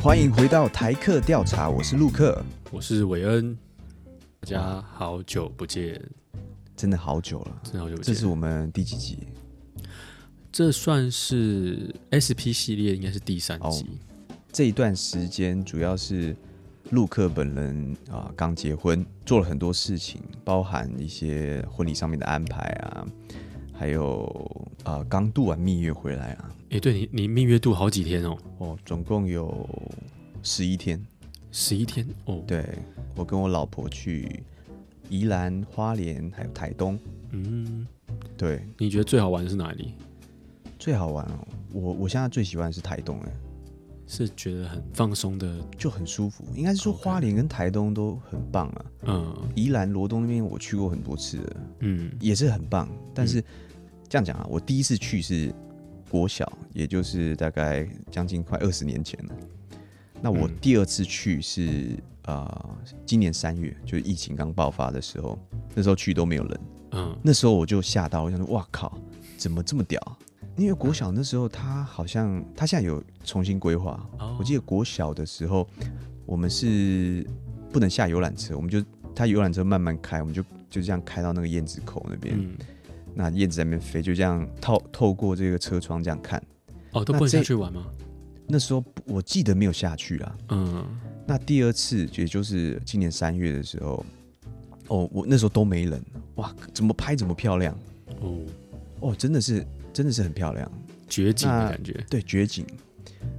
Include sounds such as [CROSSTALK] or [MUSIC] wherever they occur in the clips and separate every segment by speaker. Speaker 1: 欢迎回到台客调查，我是陆克，
Speaker 2: 我是韦恩，大家好久不见，
Speaker 1: 真的好久了，
Speaker 2: 真的好久不
Speaker 1: 这
Speaker 2: 见。
Speaker 1: 是我们第几集？
Speaker 2: 这算是 SP 系列，应该是第三
Speaker 1: 哦
Speaker 2: 集。
Speaker 1: 这一段时间主要是陆克本人啊、刚结婚，做了很多事情，包含一些婚礼上面的安排啊，还有啊、刚度完蜜月回来啊，
Speaker 2: 诶，对你，你蜜月度好几天哦，
Speaker 1: 哦，总共有十一天。
Speaker 2: 十一天哦。
Speaker 1: 对我跟我老婆去宜兰、花莲还有台东，
Speaker 2: 嗯，
Speaker 1: 对，
Speaker 2: 你觉得最好玩的是哪里？
Speaker 1: 最好玩哦。我我现在最喜欢的是台东，哎，
Speaker 2: 是觉得很放松的，
Speaker 1: 就很舒服。应该是说
Speaker 2: OK
Speaker 1: 花莲跟台东都很棒啊。
Speaker 2: 嗯
Speaker 1: 宜兰罗东那边我去过很多次了，
Speaker 2: 嗯
Speaker 1: 也是很棒。但是、这样讲啊，我第一次去是国小，也就是大概将近快二十年前了。那我
Speaker 2: 嗯
Speaker 1: 第二次去是啊、呃今年三月，就是疫情刚爆发的时候，那时候去都没有人。
Speaker 2: 嗯
Speaker 1: 那时候我就吓到，我想说，哇靠，怎么这么屌？因为国小那时候他好像他现在有重新规划，
Speaker 2: 哦
Speaker 1: 我记得国小的时候我们是不能下游览车，我们就他游览车慢慢开，我们就就这样开到那个燕子口那边，
Speaker 2: 嗯，
Speaker 1: 那燕子在那边飞，就这样透透过这个车窗这样看。
Speaker 2: 哦，都
Speaker 1: 那
Speaker 2: 不能
Speaker 1: 这
Speaker 2: 下去玩吗？
Speaker 1: 那时候我记得没有下去啊，
Speaker 2: 嗯
Speaker 1: 那第二次，也就是今年三月的时候，哦，我那时候都没人，哇，怎么拍怎么漂亮，
Speaker 2: 哦，
Speaker 1: 哦，真的是真的是很漂亮。
Speaker 2: 绝景的
Speaker 1: 那
Speaker 2: 感觉。
Speaker 1: 对绝景。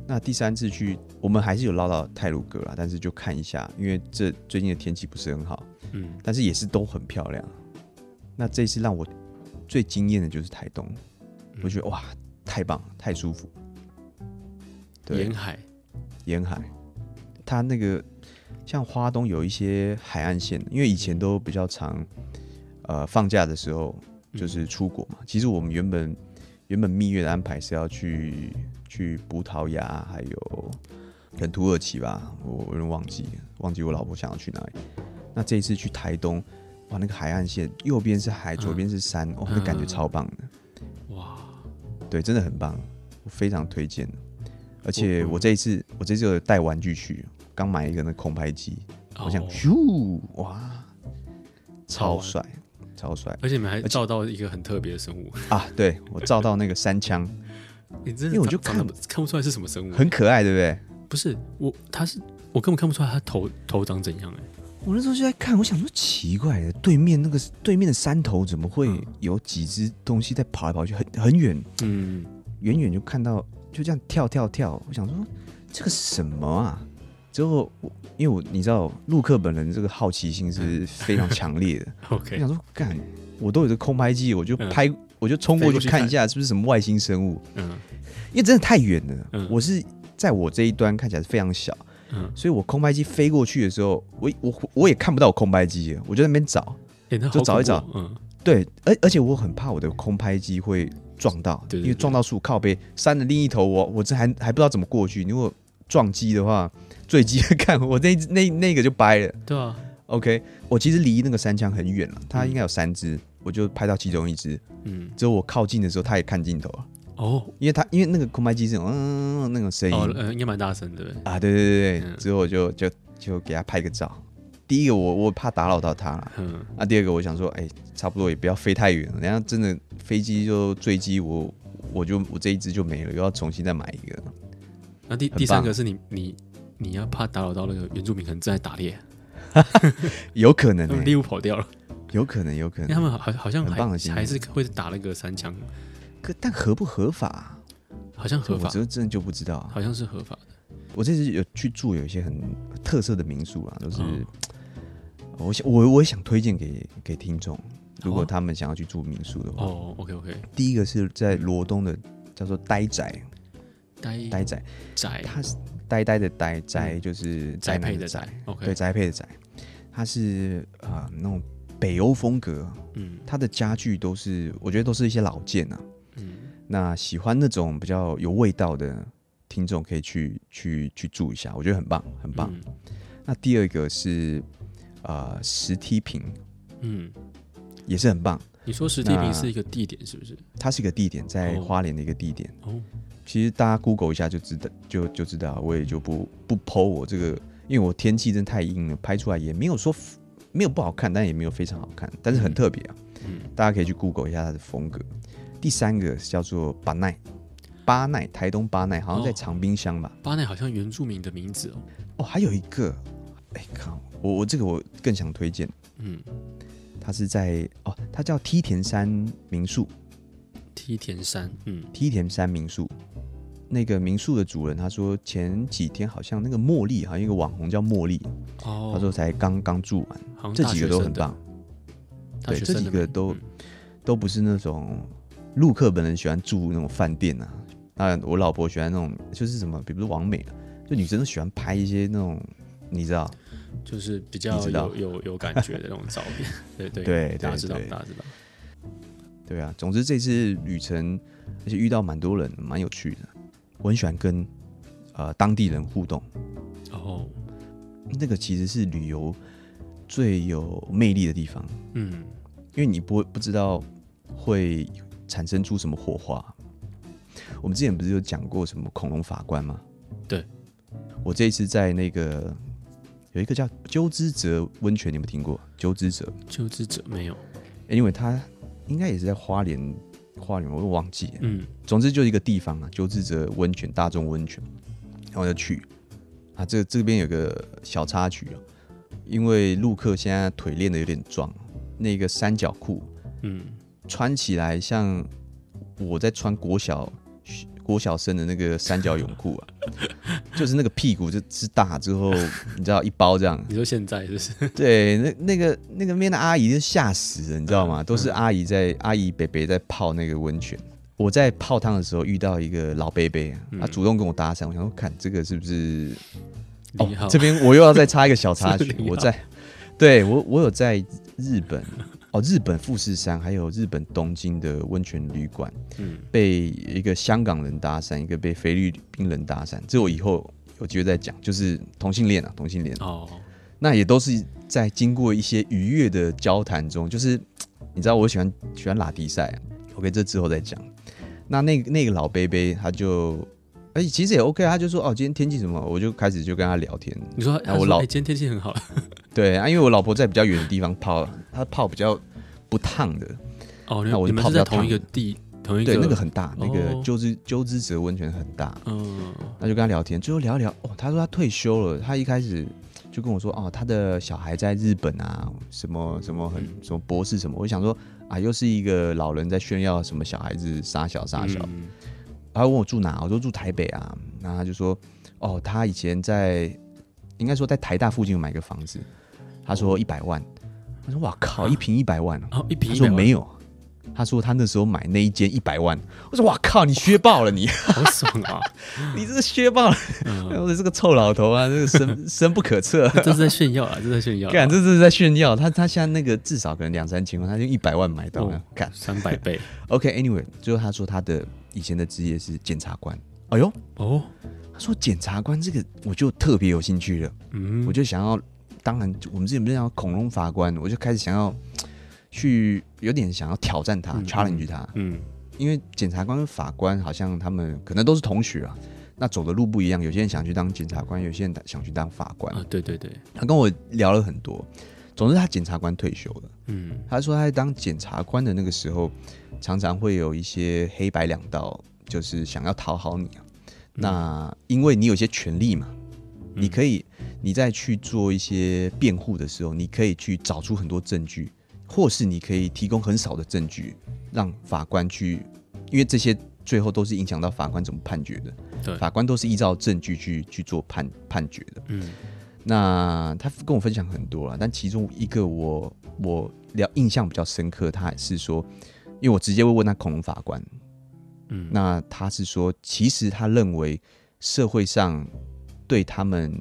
Speaker 1: 那第三次去，我们还是有绕到泰鲁阁啦，但是就看一下，因为这最近的天气不是很好，
Speaker 2: 嗯，
Speaker 1: 但是也是都很漂亮。那这一次让我最惊艳的就是台东，我觉得哇，太棒，太舒服。对，
Speaker 2: 沿
Speaker 1: 沿
Speaker 2: 海，
Speaker 1: 海，它那个像花东有一些海岸线，因为以前都比较常，呃，放假的时候就是出国嘛。其实我们原本原本蜜月的安排是要去去葡萄牙，还有跟土耳其吧，我我有点忘记了忘记我老婆想要去哪里。那这一次去台东，哇，那个海岸线右边是海，左边是山，哦，那感觉超棒的，
Speaker 2: 哇，
Speaker 1: 对，真的很棒，我非常推荐。而且我这一次，我这次有带玩具去，刚买一个那空拍机，我想
Speaker 2: 哦
Speaker 1: 咻，哇，
Speaker 2: 好
Speaker 1: 超
Speaker 2: 玩
Speaker 1: 帅，超帅
Speaker 2: 而且你们还照到一个很特别的生物，
Speaker 1: 啊！对我照到那个三枪，
Speaker 2: 你真的
Speaker 1: 因为我就
Speaker 2: 长长得
Speaker 1: 看
Speaker 2: 不看不出来是什么生物，
Speaker 1: 很可爱，对不对？
Speaker 2: 不是我，他是我根本看不出来他头头长怎样哎、
Speaker 1: 我那时候就在看，我想说奇怪了，对面那个对面的山头怎么会有几只东西在跑来跑去，很很远，
Speaker 2: 嗯，
Speaker 1: 远远就看到就这样跳跳跳，我想说这个是什么啊？之后我因为我你知道陆克本人这个好奇心是非常强烈
Speaker 2: [LAUGHS]
Speaker 1: 的，我
Speaker 2: OK，
Speaker 1: 想说干，我都有这空拍机，我就
Speaker 2: 嗯
Speaker 1: 拍，我就冲过
Speaker 2: 飞过
Speaker 1: 去
Speaker 2: 去
Speaker 1: 看一下是不是什么外星生物，
Speaker 2: 嗯
Speaker 1: 因为真的太远了，
Speaker 2: 嗯
Speaker 1: 我是在我这一端看起来是非常小。
Speaker 2: 嗯，
Speaker 1: 所以我空拍机飞过去的时候，我我我也看不到我空拍机了，我就在那边找。
Speaker 2: 哎、那好
Speaker 1: 就找一
Speaker 2: 恐怖哦，
Speaker 1: 对，而而且我很怕我的空拍机会撞到，
Speaker 2: 对对
Speaker 1: 因为撞到树靠背山的另一头我，我这还还不知道怎么过去。如果撞击的话，坠机看我那 [LAUGHS] 那那个就掰了。
Speaker 2: 嗯，对啊，
Speaker 1: OK，我其实离那个山枪很远了，它
Speaker 2: 嗯
Speaker 1: 应该有三只，我就拍到其中一只。
Speaker 2: 嗯，
Speaker 1: 之后我靠近的时候，它也看镜头了，
Speaker 2: 哦
Speaker 1: 因为它因为那个空拍机是有嗯嗯嗯那种声音，
Speaker 2: 哦，呃，应该蛮大声的，对不对
Speaker 1: 啊，对对对对，
Speaker 2: 嗯
Speaker 1: 之后我就就就给他拍个照。第一个我我怕打扰到他了，
Speaker 2: 嗯，
Speaker 1: 啊，第二个我想说，哎、差不多也不要飞太远了，然后真的飞机就坠机，我我就我这一只就没了，又要重新再买一个。
Speaker 2: 那第
Speaker 1: 棒
Speaker 2: 第三个是你你你要怕打扰到那个原住民，可能正在打猎，
Speaker 1: 有可能、
Speaker 2: 他们
Speaker 1: 欸，
Speaker 2: 猎物
Speaker 1: [LAUGHS]
Speaker 2: 跑掉了，
Speaker 1: 有可能，有可
Speaker 2: 因为他
Speaker 1: 能。
Speaker 2: 们好好像
Speaker 1: 很棒
Speaker 2: 还
Speaker 1: 的经验
Speaker 2: 还是会打那个三枪，
Speaker 1: 可但合不合法啊？
Speaker 2: 好像合
Speaker 1: 我
Speaker 2: 法，
Speaker 1: 这真的就不知道啊。
Speaker 2: 好像是合法的，
Speaker 1: 我这次有去住有一些很特色的民宿啊，都是、
Speaker 2: 嗯
Speaker 1: 我想我我也想推荐给给听众，如
Speaker 2: 好
Speaker 1: 果
Speaker 2: 啊
Speaker 1: 他们想要去住民宿的话，
Speaker 2: 哦，OK OK，
Speaker 1: 第一个是在罗东的叫做呆宅，
Speaker 2: 呆
Speaker 1: 呆宅。
Speaker 2: 宅
Speaker 1: 它是呆呆的呆，宅就是
Speaker 2: 嗯宅
Speaker 1: 宅男
Speaker 2: 配的
Speaker 1: 宅
Speaker 2: 宅，，OK，
Speaker 1: 对，宅配的宅。它是啊、呃那种北欧风格，
Speaker 2: 嗯
Speaker 1: 它的家具都是我觉得都是一些老件啊。
Speaker 2: 嗯，
Speaker 1: 那喜欢那种比较有味道的听众可以去去去住一下，我觉得很棒，很棒。
Speaker 2: 嗯
Speaker 1: 那第二个是啊石梯坪，
Speaker 2: 嗯，
Speaker 1: 也是很棒。
Speaker 2: 你说实体
Speaker 1: 那
Speaker 2: 坪是一个地点是不是？
Speaker 1: 它是一个地点，在
Speaker 2: 哦
Speaker 1: 花莲的一个地点。
Speaker 2: 哦，
Speaker 1: 其实大家 Google 一下就知道，就就知道。我也就不不剖我这个，因为我天气真太阴了，拍出来也没有说 f- 没有不好看，但也没有非常好看，但是很特别啊。
Speaker 2: 嗯
Speaker 1: 大家可以去 Google 一下它的风格。第三个叫做巴奈，巴奈，台东巴奈，好像在
Speaker 2: 哦
Speaker 1: 长滨乡吧。
Speaker 2: 巴奈好像原住民的名字哦，
Speaker 1: 哦，还有一个，哎靠，我我这个我更想推荐，
Speaker 2: 嗯，
Speaker 1: 它是在哦，它叫梯田山民宿，
Speaker 2: 梯田山，嗯，
Speaker 1: 梯田山民宿。那个民宿的主人他说，前几天好像那个茉莉，好像一个网红叫茉莉，
Speaker 2: 哦，
Speaker 1: 他说才刚刚住完，
Speaker 2: 好像
Speaker 1: 这
Speaker 2: 大
Speaker 1: 几
Speaker 2: 学
Speaker 1: 个都
Speaker 2: 生
Speaker 1: 很
Speaker 2: 的，
Speaker 1: 棒，
Speaker 2: 大
Speaker 1: 对，
Speaker 2: 学
Speaker 1: 这
Speaker 2: 生
Speaker 1: 几
Speaker 2: 的
Speaker 1: 个
Speaker 2: 美
Speaker 1: 都
Speaker 2: 嗯
Speaker 1: 都不是那种陆客本人喜欢住那种饭店啊。当然，我老婆喜欢那种就是什么，比如说王美啊，就女生都喜欢拍一些那种，你知道，
Speaker 2: 就是比较
Speaker 1: 你知道
Speaker 2: 有有有感觉的那种照片，对对
Speaker 1: 对
Speaker 2: 大家
Speaker 1: 对
Speaker 2: 知道
Speaker 1: 对
Speaker 2: 大家知道，
Speaker 1: 对啊，总之这次旅程，而且遇到蛮多人，蛮有趣的。我很喜欢跟呃当地人互动，
Speaker 2: 哦，
Speaker 1: 那个其实是旅游最有魅力的地方，
Speaker 2: 嗯，
Speaker 1: 因为你不会不知道会产生出什么火花。我们之前不是有讲过什么恐龙法官吗？
Speaker 2: 对，
Speaker 1: 我这一次在那个有一个叫鸠之泽温泉，你有没有听过？鸠之泽，
Speaker 2: 求知者没有，
Speaker 1: 因为它应该也是在花莲，花莲我又忘记了。
Speaker 2: 嗯，
Speaker 1: 总之就是一个地方啊，鸠之泽温泉，大众温泉，然后我就去啊。这这边有个小插曲哦，因为陆客现在腿练的有点壮，那个三角裤
Speaker 2: 嗯，
Speaker 1: 穿起来像我在穿国小国小生的那个三角泳裤啊， [LAUGHS] 就是那个屁股就是大之后，你知道一包这样，
Speaker 2: 你说现在就是，
Speaker 1: 对，那那个那个面的阿姨就吓死了，你知道吗？都是阿姨在阿姨北北在泡那个温泉。我在泡汤的时候遇到一个老伯伯啊，他主动跟我搭讪，我想说看这个是不是？哦
Speaker 2: 你好，，
Speaker 1: 这边我又要再插一个小插
Speaker 2: [LAUGHS] 是
Speaker 1: 曲，
Speaker 2: 你好
Speaker 1: 我在，对我我有在日本哦，日本富士山还有日本东京的温泉旅馆
Speaker 2: 嗯，
Speaker 1: 被一个香港人搭讪，一个被菲律宾人搭讪，这我以后有机会再讲，就是同性恋啊，同性恋。
Speaker 2: 哦，
Speaker 1: 那也都是在经过一些愉悦的交谈中，就是你知道我喜欢喜欢拉迪赛啊，OK，这之后再讲。那那个那个老贝贝他就，哎、其实也 OK，啊他就说哦，今天天气什么，我就开始就跟他聊天。
Speaker 2: 你说，
Speaker 1: 那
Speaker 2: 他
Speaker 1: 啊我
Speaker 2: 说
Speaker 1: 老
Speaker 2: 哎今天天气很好，
Speaker 1: 对啊，因为我老婆在比较远的地方泡，她泡比较不烫的，
Speaker 2: 哦，你
Speaker 1: 那我
Speaker 2: 们
Speaker 1: 就
Speaker 2: 你们
Speaker 1: 泡
Speaker 2: 是
Speaker 1: 比较
Speaker 2: 在同一个地，同一个
Speaker 1: 对，那个很大，那个
Speaker 2: 哦
Speaker 1: 鸠之鸠之泽温泉很大，
Speaker 2: 嗯，
Speaker 1: 那就跟他聊天，最后聊一聊，哦，他说他退休了，他一开始就跟我说，哦，他的小孩在日本啊，什么什么很什么博士什么，我就想说啊，又是一个老人在炫耀什么小孩子傻小傻小，
Speaker 2: 嗯
Speaker 1: 他问我住哪，我说住台北啊，那他就说，哦，他以前在应该说在台大附近有买个房子，他说一百万，我说哇
Speaker 2: 啊
Speaker 1: 靠，一平一百万哦，
Speaker 2: 哦，一瓶
Speaker 1: 他
Speaker 2: 一
Speaker 1: 说
Speaker 2: 百万
Speaker 1: 没有。他说他那时候买那一间一百万，我说哇靠，你削爆了你， [LAUGHS]
Speaker 2: 好爽啊！
Speaker 1: 你这是削爆了
Speaker 2: 嗯， [LAUGHS]
Speaker 1: 我的这个臭老头啊，这个 [LAUGHS] 深深不可测。
Speaker 2: 这是在炫耀啊，这是在炫耀啊，
Speaker 1: 干，这是在炫耀。他他现在那个至少可能两三千万，他就一百万买到了
Speaker 2: 哦。
Speaker 1: 干
Speaker 2: 三百倍
Speaker 1: ，OK，Anyway，、最后他说他的以前的职业是检察官。哎呦，
Speaker 2: 哦，
Speaker 1: 他说检察官这个我就特别有兴趣了，
Speaker 2: 嗯
Speaker 1: 我，就想要。当然，我们之前不是讲恐龙法官，我就开始想要去有点想要挑战他、
Speaker 2: 嗯
Speaker 1: challenge 他，
Speaker 2: 嗯，
Speaker 1: 因为检察官跟法官好像他们可能都是同学啊，那走的路不一样，有些人想去当检察官，有些人想去当法官。
Speaker 2: 啊，对对对，
Speaker 1: 他跟我聊了很多。总之，他检察官退休了。
Speaker 2: 嗯，
Speaker 1: 他说他在当检察官的那个时候，常常会有一些黑白两道，就是想要讨好你
Speaker 2: 嗯
Speaker 1: 啊。那因为你有些权利嘛，
Speaker 2: 嗯
Speaker 1: 你可以你在去做一些辩护的时候，你可以去找出很多证据，或是你可以提供很少的证据，让法官去，因为这些最后都是影响到法官怎么判决的。
Speaker 2: 对
Speaker 1: 法官都是依照证据去去做判判决的。
Speaker 2: 嗯，
Speaker 1: 那他跟我分享很多了，但其中一个我我聊印象比较深刻，他也是说，因为我直接会问他恐龙法官，
Speaker 2: 嗯，
Speaker 1: 那他是说，其实他认为社会上对他们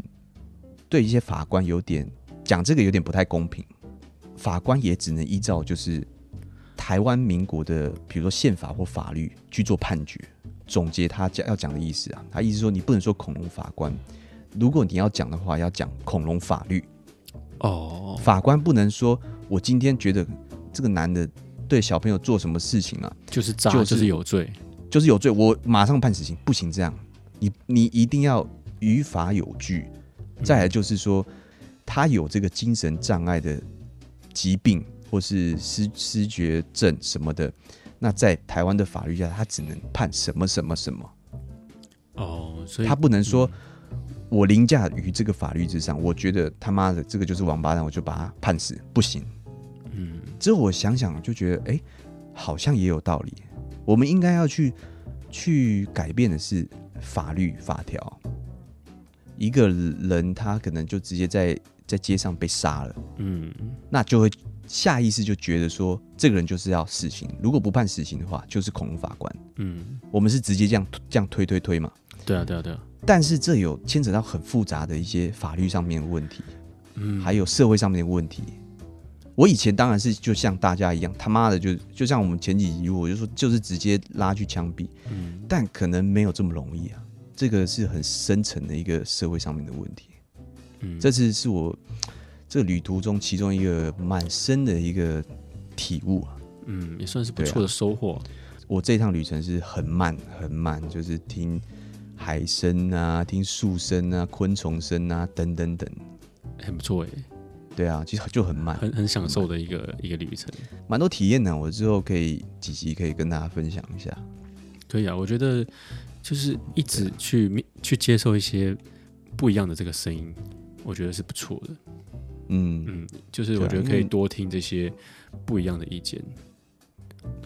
Speaker 1: 对一些法官有点讲这个有点不太公平，法官也只能依照就是台湾民国的比如说宪法或法律去做判决。总结他讲要讲的意思啊，他意思说你不能说恐龙法官，如果你要讲的话，要讲恐龙法律。
Speaker 2: 哦，
Speaker 1: 法官不能说我今天觉得这个男的对小朋友做什么事情啊，
Speaker 2: 就是渣，
Speaker 1: 就是
Speaker 2: 就是有罪，
Speaker 1: 就是有罪，我马上判死刑，不行这样，你你一定要于法有据。再来就是说，他有这个精神障碍的疾病或是失失觉症什么的，那在台湾的法律下，他只能判什么什么什么，
Speaker 2: 哦，所以
Speaker 1: 他不能说我凌驾于这个法律之上，我觉得他妈的这个就是王八蛋，我就把他判死，不行。
Speaker 2: 嗯，
Speaker 1: 之后我想想就觉得，哎、好像也有道理。我们应该要去去改变的是法律法条。一个人他可能就直接在在街上被杀了，
Speaker 2: 嗯，
Speaker 1: 那就会下意识就觉得说，这个人就是要死刑。如果不判死刑的话，就是恐龙法官。
Speaker 2: 嗯，
Speaker 1: 我们是直接这样这样推推推嘛。
Speaker 2: 对啊，对啊，对啊，
Speaker 1: 但是这有牵扯到很复杂的一些法律上面的问题，
Speaker 2: 嗯，
Speaker 1: 还有社会上面的问题。我以前当然是就像大家一样，他妈的就就像我们前几集我就说，就是直接拉去枪毙，
Speaker 2: 嗯，
Speaker 1: 但可能没有这么容易啊。这个是很深层的一个社会上面的问题。
Speaker 2: 嗯
Speaker 1: 这次是我这旅途中其中一个蛮深的一个体悟啊。
Speaker 2: 嗯也算是不
Speaker 1: 对啊
Speaker 2: 错的收获。
Speaker 1: 我这趟旅程是很慢很慢，就是听海声啊、听树声啊、昆虫声啊等等等。
Speaker 2: 很不错哎，
Speaker 1: 对啊，其实就很慢，
Speaker 2: 很很享受的一个一个旅程。
Speaker 1: 蛮多体验的。我之后可以几集可以跟大家分享一下。
Speaker 2: 可以啊，我觉得就是一直去面去接受一些不一样的这个声音，我觉得是不错的。
Speaker 1: 嗯，
Speaker 2: 嗯，就是
Speaker 1: 对啊
Speaker 2: 我觉得可
Speaker 1: 因
Speaker 2: 以
Speaker 1: 为
Speaker 2: 多听这些不一样的意见。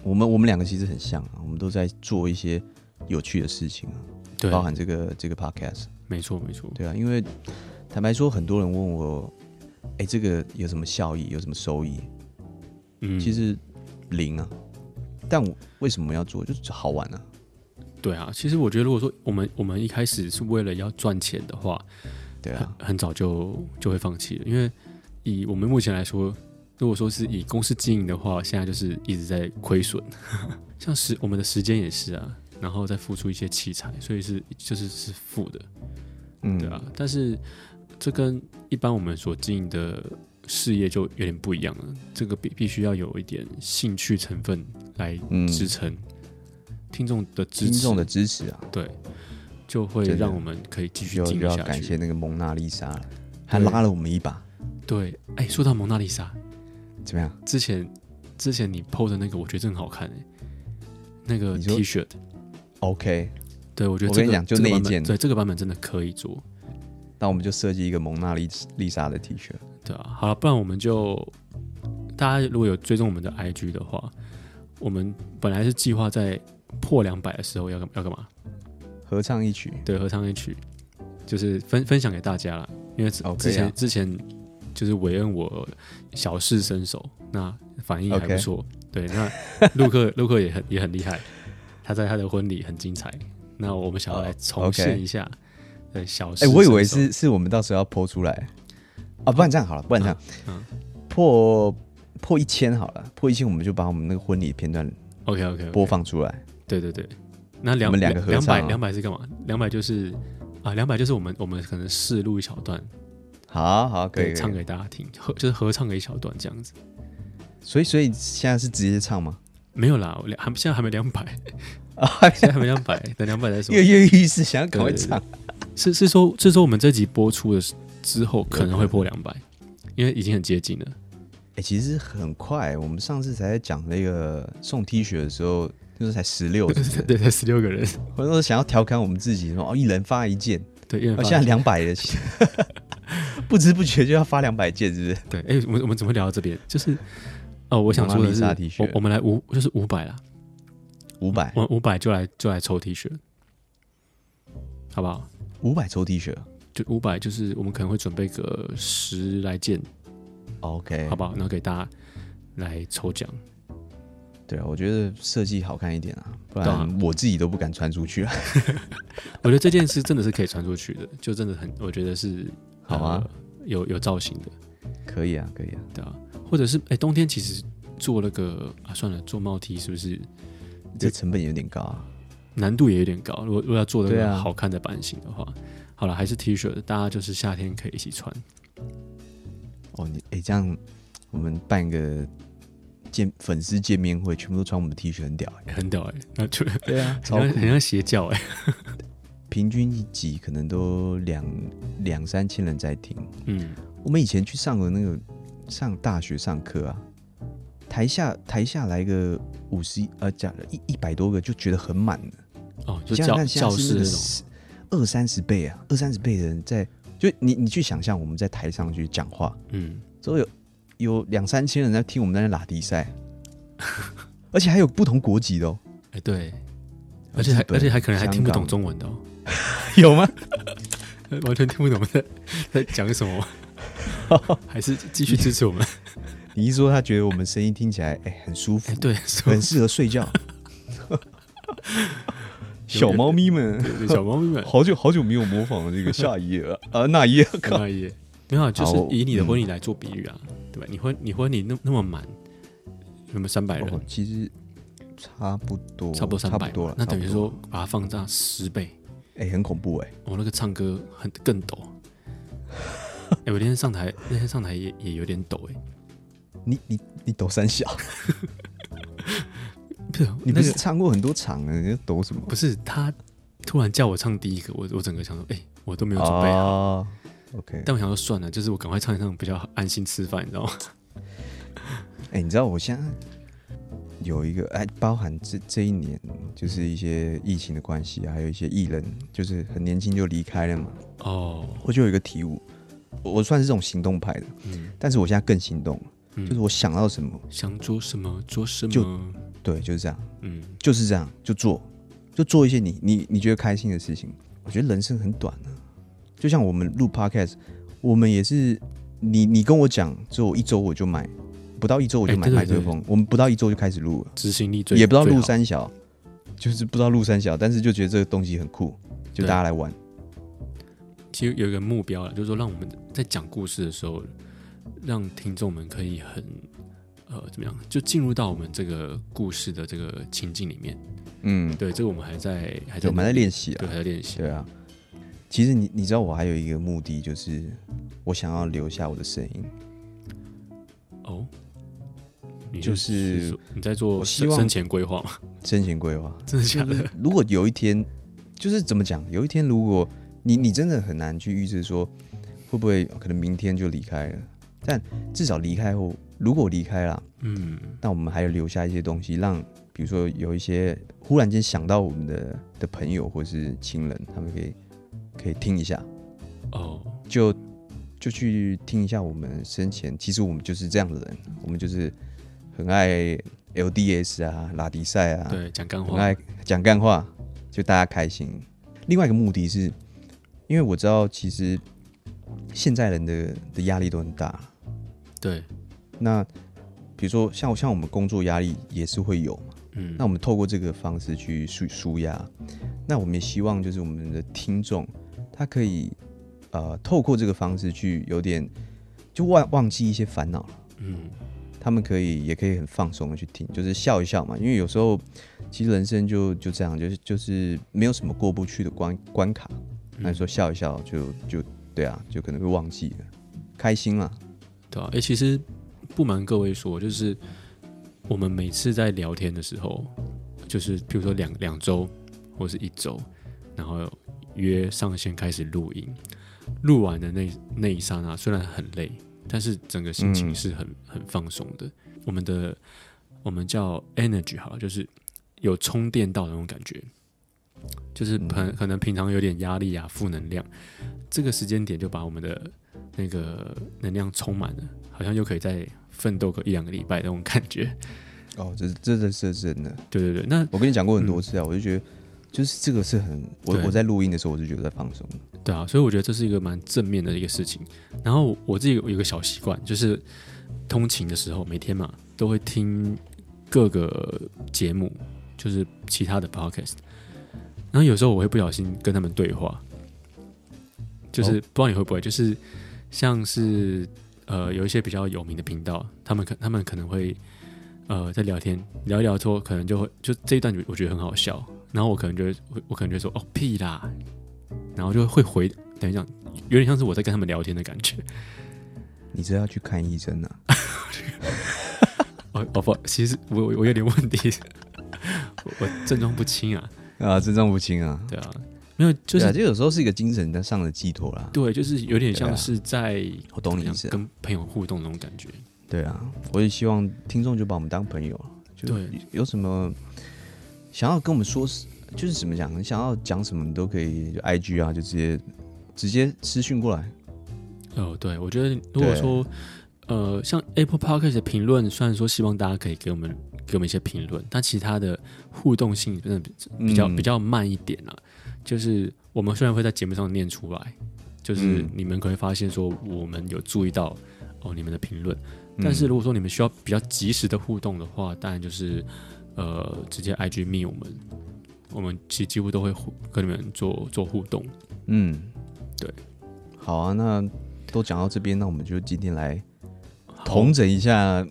Speaker 1: 我们我们两个其实很像啊，我们都在做一些有趣的事情啊，
Speaker 2: 对，
Speaker 1: 包含这个这个 podcast。
Speaker 2: 没错没错。
Speaker 1: 对啊，因为坦白说，很多人问我，哎、这个有什么效益，有什么收益？
Speaker 2: 嗯，
Speaker 1: 其实零啊。但我为什么要做？就是好玩啊。
Speaker 2: 对啊，其实我觉得如果说我们我们一开始是为了要赚钱的话，
Speaker 1: 对啊，
Speaker 2: [LAUGHS] 很很早就就会放弃了，因为以我们目前来说，如果说是以公司经营的话，现在就是一直在亏损， [LAUGHS] 像时我们的时间也是啊，然后再付出一些器材，所以是就是是负的，
Speaker 1: 嗯，
Speaker 2: 对啊，但是这跟一般我们所经营的事业就有点不一样了，这个必必须要有一点兴趣成分来
Speaker 1: 嗯，
Speaker 2: 支撑、听众的支持，
Speaker 1: 听众的支持啊，
Speaker 2: 对，就会
Speaker 1: 真的
Speaker 2: 让我们可以继续
Speaker 1: 就
Speaker 2: 经
Speaker 1: 就
Speaker 2: 营
Speaker 1: 要
Speaker 2: 下
Speaker 1: 感
Speaker 2: 去
Speaker 1: 谢。那个蒙娜丽莎了，她
Speaker 2: 对
Speaker 1: 拉了我们一把。
Speaker 2: 对，哎，说到蒙娜丽莎，
Speaker 1: 怎么样？
Speaker 2: 之前之前你 PO 的那个，我觉得真好看哎、那个
Speaker 1: 你说
Speaker 2: T 恤，
Speaker 1: OK，
Speaker 2: 对我觉得
Speaker 1: 我
Speaker 2: 这
Speaker 1: 跟你
Speaker 2: 个
Speaker 1: 讲就
Speaker 2: 这
Speaker 1: 那
Speaker 2: 个
Speaker 1: 一
Speaker 2: 版本
Speaker 1: 件
Speaker 2: 对这个版本真的可以做，
Speaker 1: 那我们就设计一个蒙娜丽丽莎的 T 恤。
Speaker 2: 对啊，好了，不然我们就大家如果有追踪我们的 IG 的话，我们本来是计划在破两百的时候要干要干嘛？
Speaker 1: 合唱一曲，
Speaker 2: 对，合唱一曲，就是分分享给大家啦。因为之
Speaker 1: OK 啊
Speaker 2: 之前、之前就是韦恩我小试身手，那反应还不
Speaker 1: OK
Speaker 2: 错。对，那陆克陆克也很也很厉害，他在他的婚礼很精彩。那我们想要来重
Speaker 1: 哦 OK
Speaker 2: 现一下，对小试
Speaker 1: 哎、
Speaker 2: 身手。
Speaker 1: 我以为是是我们到时候要剖出来啊，不然这样好了，不然这样，
Speaker 2: 嗯
Speaker 1: 破破一千好了，破一千我们就把我们那个婚礼片段
Speaker 2: OK OK，, o
Speaker 1: 播放出来。
Speaker 2: 对对对，那两
Speaker 1: 我们两个合
Speaker 2: 两百
Speaker 1: 唱啊
Speaker 2: 两百是干嘛？两百就是啊，两百就是我们我们可能试录一小段，
Speaker 1: 好好，可以，
Speaker 2: 对，
Speaker 1: 可以
Speaker 2: 唱给大家听，合就是合唱个一小段这样子。
Speaker 1: 所以所以现在是直接唱吗？
Speaker 2: 没有啦，我两还现在还没两百， [LAUGHS]
Speaker 1: 啊，
Speaker 2: 现在还没两百，等两百再说
Speaker 1: 跃。跃欲试，想要赶快
Speaker 2: 对对
Speaker 1: 唱。
Speaker 2: 是是说是说我们这集播出的之后可能会破两百，因为已经很接近了。
Speaker 1: 哎、其实很快，我们上次才在讲那个送 T 恤的时候，那时候才十六，
Speaker 2: 对，才十六个人，
Speaker 1: 我那时候想要调侃我们自己，说哦，一人发一件，
Speaker 2: 对，一人
Speaker 1: 哦，
Speaker 2: 发
Speaker 1: 现在两百了，不知不觉就要发两百件，是不是？
Speaker 2: 对。哎，我们我们怎么会聊到这边？就是哦，我想
Speaker 1: 蒙娜
Speaker 2: 说的
Speaker 1: 丽
Speaker 2: 是
Speaker 1: 莎 T，恤
Speaker 2: 我我们来五就是五百啦，
Speaker 1: 五百，
Speaker 2: 我五百就来就来抽 T 恤，好不好？
Speaker 1: 五百抽 T 恤
Speaker 2: 就五百，就是我们可能会准备个十来件，
Speaker 1: ，OK，
Speaker 2: 好不好？然后给大家来抽奖。
Speaker 1: 对啊，我觉得设计好看一点啊，不
Speaker 2: 对啊
Speaker 1: 然我自己都不敢穿出去啊。 [LAUGHS]
Speaker 2: 我觉得这件事真的是可以传出去的，就真的很，我觉得是
Speaker 1: 好啊，
Speaker 2: 呃有有造型的，
Speaker 1: 可以啊，可以啊，
Speaker 2: 对啊，或者是哎、冬天其实做那个啊，算了，做帽 T 是不是
Speaker 1: 这成本有点高啊。
Speaker 2: 难度也有点高？如果如果要做那
Speaker 1: 对
Speaker 2: 个
Speaker 1: 啊
Speaker 2: 好看的版型的话，好了，还是 T 恤，大家就是夏天可以一起穿，
Speaker 1: 欸哦，你哎、这样我们办一个见粉丝见面会，全部都穿我们的 T 恤，很屌、欸。
Speaker 2: 欸很屌哎、那就很
Speaker 1: 对啊，超
Speaker 2: 像
Speaker 1: 酷
Speaker 2: 很。像邪教哎、
Speaker 1: 平均一集可能都两两三千人在听。
Speaker 2: 嗯，
Speaker 1: 我们以前去上的那个上大学上课啊，台下台下来个五十呃，假的一一百多个就觉得很满了。
Speaker 2: 哦，就
Speaker 1: 你想想
Speaker 2: 教
Speaker 1: 看，现
Speaker 2: 教
Speaker 1: 在是
Speaker 2: 室
Speaker 1: 那
Speaker 2: 那
Speaker 1: 个
Speaker 2: 种，
Speaker 1: 十二三十倍啊，二三十倍的人在，就你你去想象我们在台上去讲话，
Speaker 2: 嗯，
Speaker 1: 之后有有两三千人在听我们在那拉迪
Speaker 2: [LAUGHS]
Speaker 1: 赛，而且还有不同国籍的哦，
Speaker 2: 哎、对，而且还
Speaker 1: 日本
Speaker 2: 而且还可能还听不
Speaker 1: 香
Speaker 2: 懂
Speaker 1: 港
Speaker 2: 中文的、哦， [LAUGHS]
Speaker 1: 有吗？
Speaker 2: 完全听不懂在在讲
Speaker 1: [LAUGHS]
Speaker 2: 什么，还是继续支持我们。
Speaker 1: 你一说他觉得我们声音听起来哎、很舒服
Speaker 2: 哎、，对，
Speaker 1: [LAUGHS]
Speaker 2: 说
Speaker 1: 很适合睡
Speaker 2: [LAUGHS]
Speaker 1: 觉。小猫咪们，
Speaker 2: 对小猫咪们
Speaker 1: 好久好久没有模仿这个下一页
Speaker 2: [LAUGHS]
Speaker 1: 了，呃，那一页，
Speaker 2: 很爱耶，没有、啊，就
Speaker 1: 好嗯
Speaker 2: 是以你的婚礼来做比喻啊，对吧？你婚你婚礼那那么满，有没有三百人？
Speaker 1: 哦其实差不多，
Speaker 2: 差不多三
Speaker 1: 差
Speaker 2: 百
Speaker 1: 不多了，
Speaker 2: 那等于
Speaker 1: 差不多，
Speaker 2: 说把它放大十倍，
Speaker 1: 哎、很恐怖哎、
Speaker 2: 我、那个唱歌很更抖。哎、我那天上台，那天上台也也有点抖哎、
Speaker 1: 你你你抖三小，
Speaker 2: 不是
Speaker 1: 你不
Speaker 2: 那
Speaker 1: 是
Speaker 2: 个
Speaker 1: 唱过很多场了，你在抖什么？
Speaker 2: 不是他突然叫我唱第一个，我我整个想说，哎、我都没有准备好。
Speaker 1: 啊，OK，
Speaker 2: 但我想说算了，就是我赶快唱一唱比较安心吃饭，你知道吗？
Speaker 1: 哎、你知道我现在有一个哎，包含这这一年就是一些疫情的关系啊，还有一些艺人就是很年轻就离开了嘛，
Speaker 2: 哦，
Speaker 1: 我就有一个体悟，我我算是这种行动派的，
Speaker 2: 嗯，
Speaker 1: 但是我现在更行动了，
Speaker 2: 嗯
Speaker 1: 就是我想到什么，
Speaker 2: 想做什么做什
Speaker 1: 就
Speaker 2: 么，
Speaker 1: 对，就是这样，
Speaker 2: 嗯，
Speaker 1: 就是这样，就做，就做一些你你你觉得开心的事情。我觉得人生很短啊，就像我们录 podcast，我们也是你你跟我讲之后，我一周我就买，不到一周我就
Speaker 2: 哎
Speaker 1: 买
Speaker 2: 对对
Speaker 1: 麦克
Speaker 2: 对
Speaker 1: 风，我们不到一周就开始录了，
Speaker 2: 执行力最
Speaker 1: 也不知道
Speaker 2: 最
Speaker 1: 录
Speaker 2: 好
Speaker 1: 三小，就是不知道录三小，但是就觉得这个东西很酷，就
Speaker 2: 对
Speaker 1: 大家来玩。
Speaker 2: 其实有一个目标了，就是说让我们在讲故事的时候，让听众们可以很呃怎么样，就进入到我们这个故事的这个情境里面。
Speaker 1: 嗯，
Speaker 2: 对，这个我们还在还在
Speaker 1: 对，我们还在
Speaker 2: 努力，
Speaker 1: 练习啊
Speaker 2: 对，。还在练习。
Speaker 1: 对啊，其实你你知道我还有一个目的，就是我想要留下我的声音。
Speaker 2: 哦，你
Speaker 1: 就是是
Speaker 2: 说你在做
Speaker 1: 我希
Speaker 2: 生
Speaker 1: 望
Speaker 2: 生前规划吗？
Speaker 1: 生前规划，
Speaker 2: 真的假
Speaker 1: 就
Speaker 2: 的？
Speaker 1: 是如果有一天，就是怎么讲，有一天如果你你真的很难去预知说会不会可能明天就离开了，但至少离开后，如果我离开了，
Speaker 2: 嗯，
Speaker 1: 那我们还有留下一些东西，让比如说有一些忽然间想到我们的的朋友或是亲人，他们可以可以听一下，
Speaker 2: 哦，
Speaker 1: 就就去听一下我们生前，其实我们就是这样的人，我们就是很爱 LDS 啊、拉迪赛啊，
Speaker 2: 对，讲干
Speaker 1: 很
Speaker 2: 话，
Speaker 1: 爱讲干话，就大家开心。另外一个目的是，因为我知道其实现在人的的压力都很大，
Speaker 2: 对，
Speaker 1: 那比如说像像我们工作压力也是会有嘛，
Speaker 2: 嗯，
Speaker 1: 那我们透过这个方式去舒舒压，那我们也希望就是我们的听众他可以呃透过这个方式去有点就忘忘记一些烦恼了。
Speaker 2: 嗯，
Speaker 1: 他们可以也可以很放松的去听，就是笑一笑嘛。因为有时候其实人生就就这样，就是就是没有什么过不去的关关卡。
Speaker 2: 嗯
Speaker 1: 那你说笑一笑就就对啊，就可能会忘记了，开心啦。
Speaker 2: 对啊，哎、其实不瞒各位说，就是我们每次在聊天的时候，就是比如说两两周或是一周，然后约上线开始录音，录完的那那一刹那，虽然很累，但是整个心情
Speaker 1: 嗯
Speaker 2: 是很、很放松的。我们的我们叫 energy 好了，就是有充电到的那种感觉。就是可可能平常有点压力啊，负能量，这个时间点就把我们的那个能量充满了，好像又可以再奋斗个一两个礼拜那种感觉。
Speaker 1: 哦，这这这这是真的。
Speaker 2: 对对对，那
Speaker 1: 我跟你讲过很多次啊，我就觉得就是这个是很我
Speaker 2: 嗯对
Speaker 1: 我在录音的时候我就觉得在放松。
Speaker 2: 对啊，所以我觉得这是一个蛮正面的一个事情。然后我自己有一个小习惯，就是通勤的时候，每天嘛都会听各个节目，就是其他的 podcast。然后有时候我会不小心跟他们对话，就
Speaker 1: 哦
Speaker 2: 是、不知道你会不会，就是像是呃有一些比较有名的频道，他们可他们可能会呃在聊天聊一聊说，可能就会就这一段我觉得很好笑，然后我可能就会我我可能就会说哦屁啦，然后就会回等一下，有点像是我在跟他们聊天的感觉。
Speaker 1: 你知道要去看医生啊？
Speaker 2: 哦哦哦不，其实我我我有点问题，我我症状不轻啊，
Speaker 1: 啊，症状不轻啊。
Speaker 2: 对啊，没有就
Speaker 1: 对啊，
Speaker 2: 是
Speaker 1: 这有时候是一个精神上的寄托啦。
Speaker 2: 对，就是有点
Speaker 1: 对啊
Speaker 2: 像是在
Speaker 1: 我懂你意
Speaker 2: 像
Speaker 1: 思啊。
Speaker 2: 跟朋友互动那种感觉。
Speaker 1: 对啊，我也希望听众就把我们当朋友啊。就
Speaker 2: 对
Speaker 1: 有什么想要跟我们说，就是怎么讲，你想要讲什么，你都可以就 IG 啊，就直接直接私讯过来。
Speaker 2: 哦，对，我觉得如果说呃，像 Apple Podcast 的评论，虽然说希望大家可以给我们给我们一些评论，但其他的互动性真的比比较、
Speaker 1: 嗯
Speaker 2: 比较慢一点啦。就是我们虽然会在节目上念出来，就是
Speaker 1: 嗯
Speaker 2: 你们可能会发现说我们有注意到哦你们的评论，
Speaker 1: 嗯
Speaker 2: 但是如果说你们需要比较及时的互动的话，当然就是呃直接 IG 密我们，我们其实几乎都会互跟你们做做互动。
Speaker 1: 嗯，
Speaker 2: 对，
Speaker 1: 好啊，那都讲到这边，那我们就今天来统整一下，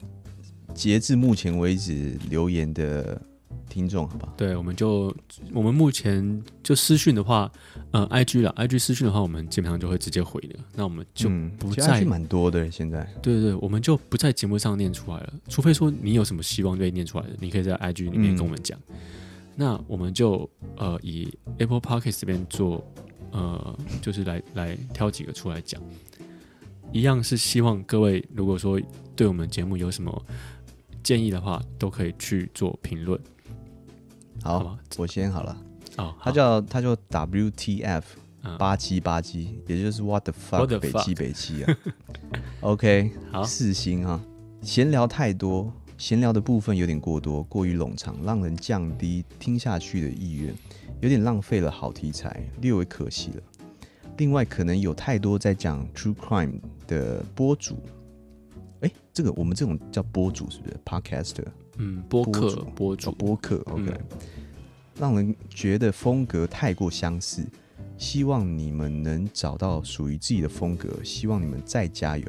Speaker 1: 截至目前为止留言的听众，好吧？
Speaker 2: 对，我们就我们目前就私讯的话，呃，IG 了，IG 私讯的话，我们基本上就会直接回的。那我们就、
Speaker 1: 嗯
Speaker 2: 不
Speaker 1: 其实
Speaker 2: 在
Speaker 1: 还是蛮多的，现在
Speaker 2: 对对对，我们就不在节目上念出来了，除非说你有什么希望被念出来的，你可以在 IG 里面跟我们讲。那我们就呃以 Apple Podcast 这边做呃，就是来来挑几个出来讲，一样是希望各位如果说对我们节目有什么建议的话，都可以去做评论，好
Speaker 1: 好，
Speaker 2: 吧？
Speaker 1: 我先好了。
Speaker 2: 哦，
Speaker 1: 他
Speaker 2: 好
Speaker 1: 叫他叫 WTF
Speaker 2: 嗯
Speaker 1: 八七八七，也就是 What the
Speaker 2: What
Speaker 1: fuck
Speaker 2: the
Speaker 1: 北
Speaker 2: fuck
Speaker 1: 七北七啊。OK，
Speaker 2: 好
Speaker 1: 四星哈。闲聊太多，闲聊的部分有点过多，过于冗长，让人降低听下去的意愿，有点浪费了好题材，略微可惜了。另外，可能有太多在讲 True Crime 的播主，哎、这个我们这种叫播主是不是？Podcaster
Speaker 2: 嗯，播客
Speaker 1: 主
Speaker 2: 播
Speaker 1: 主
Speaker 2: 主，
Speaker 1: 哦播客，OK，、
Speaker 2: 嗯
Speaker 1: 让人觉得风格太过相似。希望你们能找到属于自己的风格，希望你们再加油。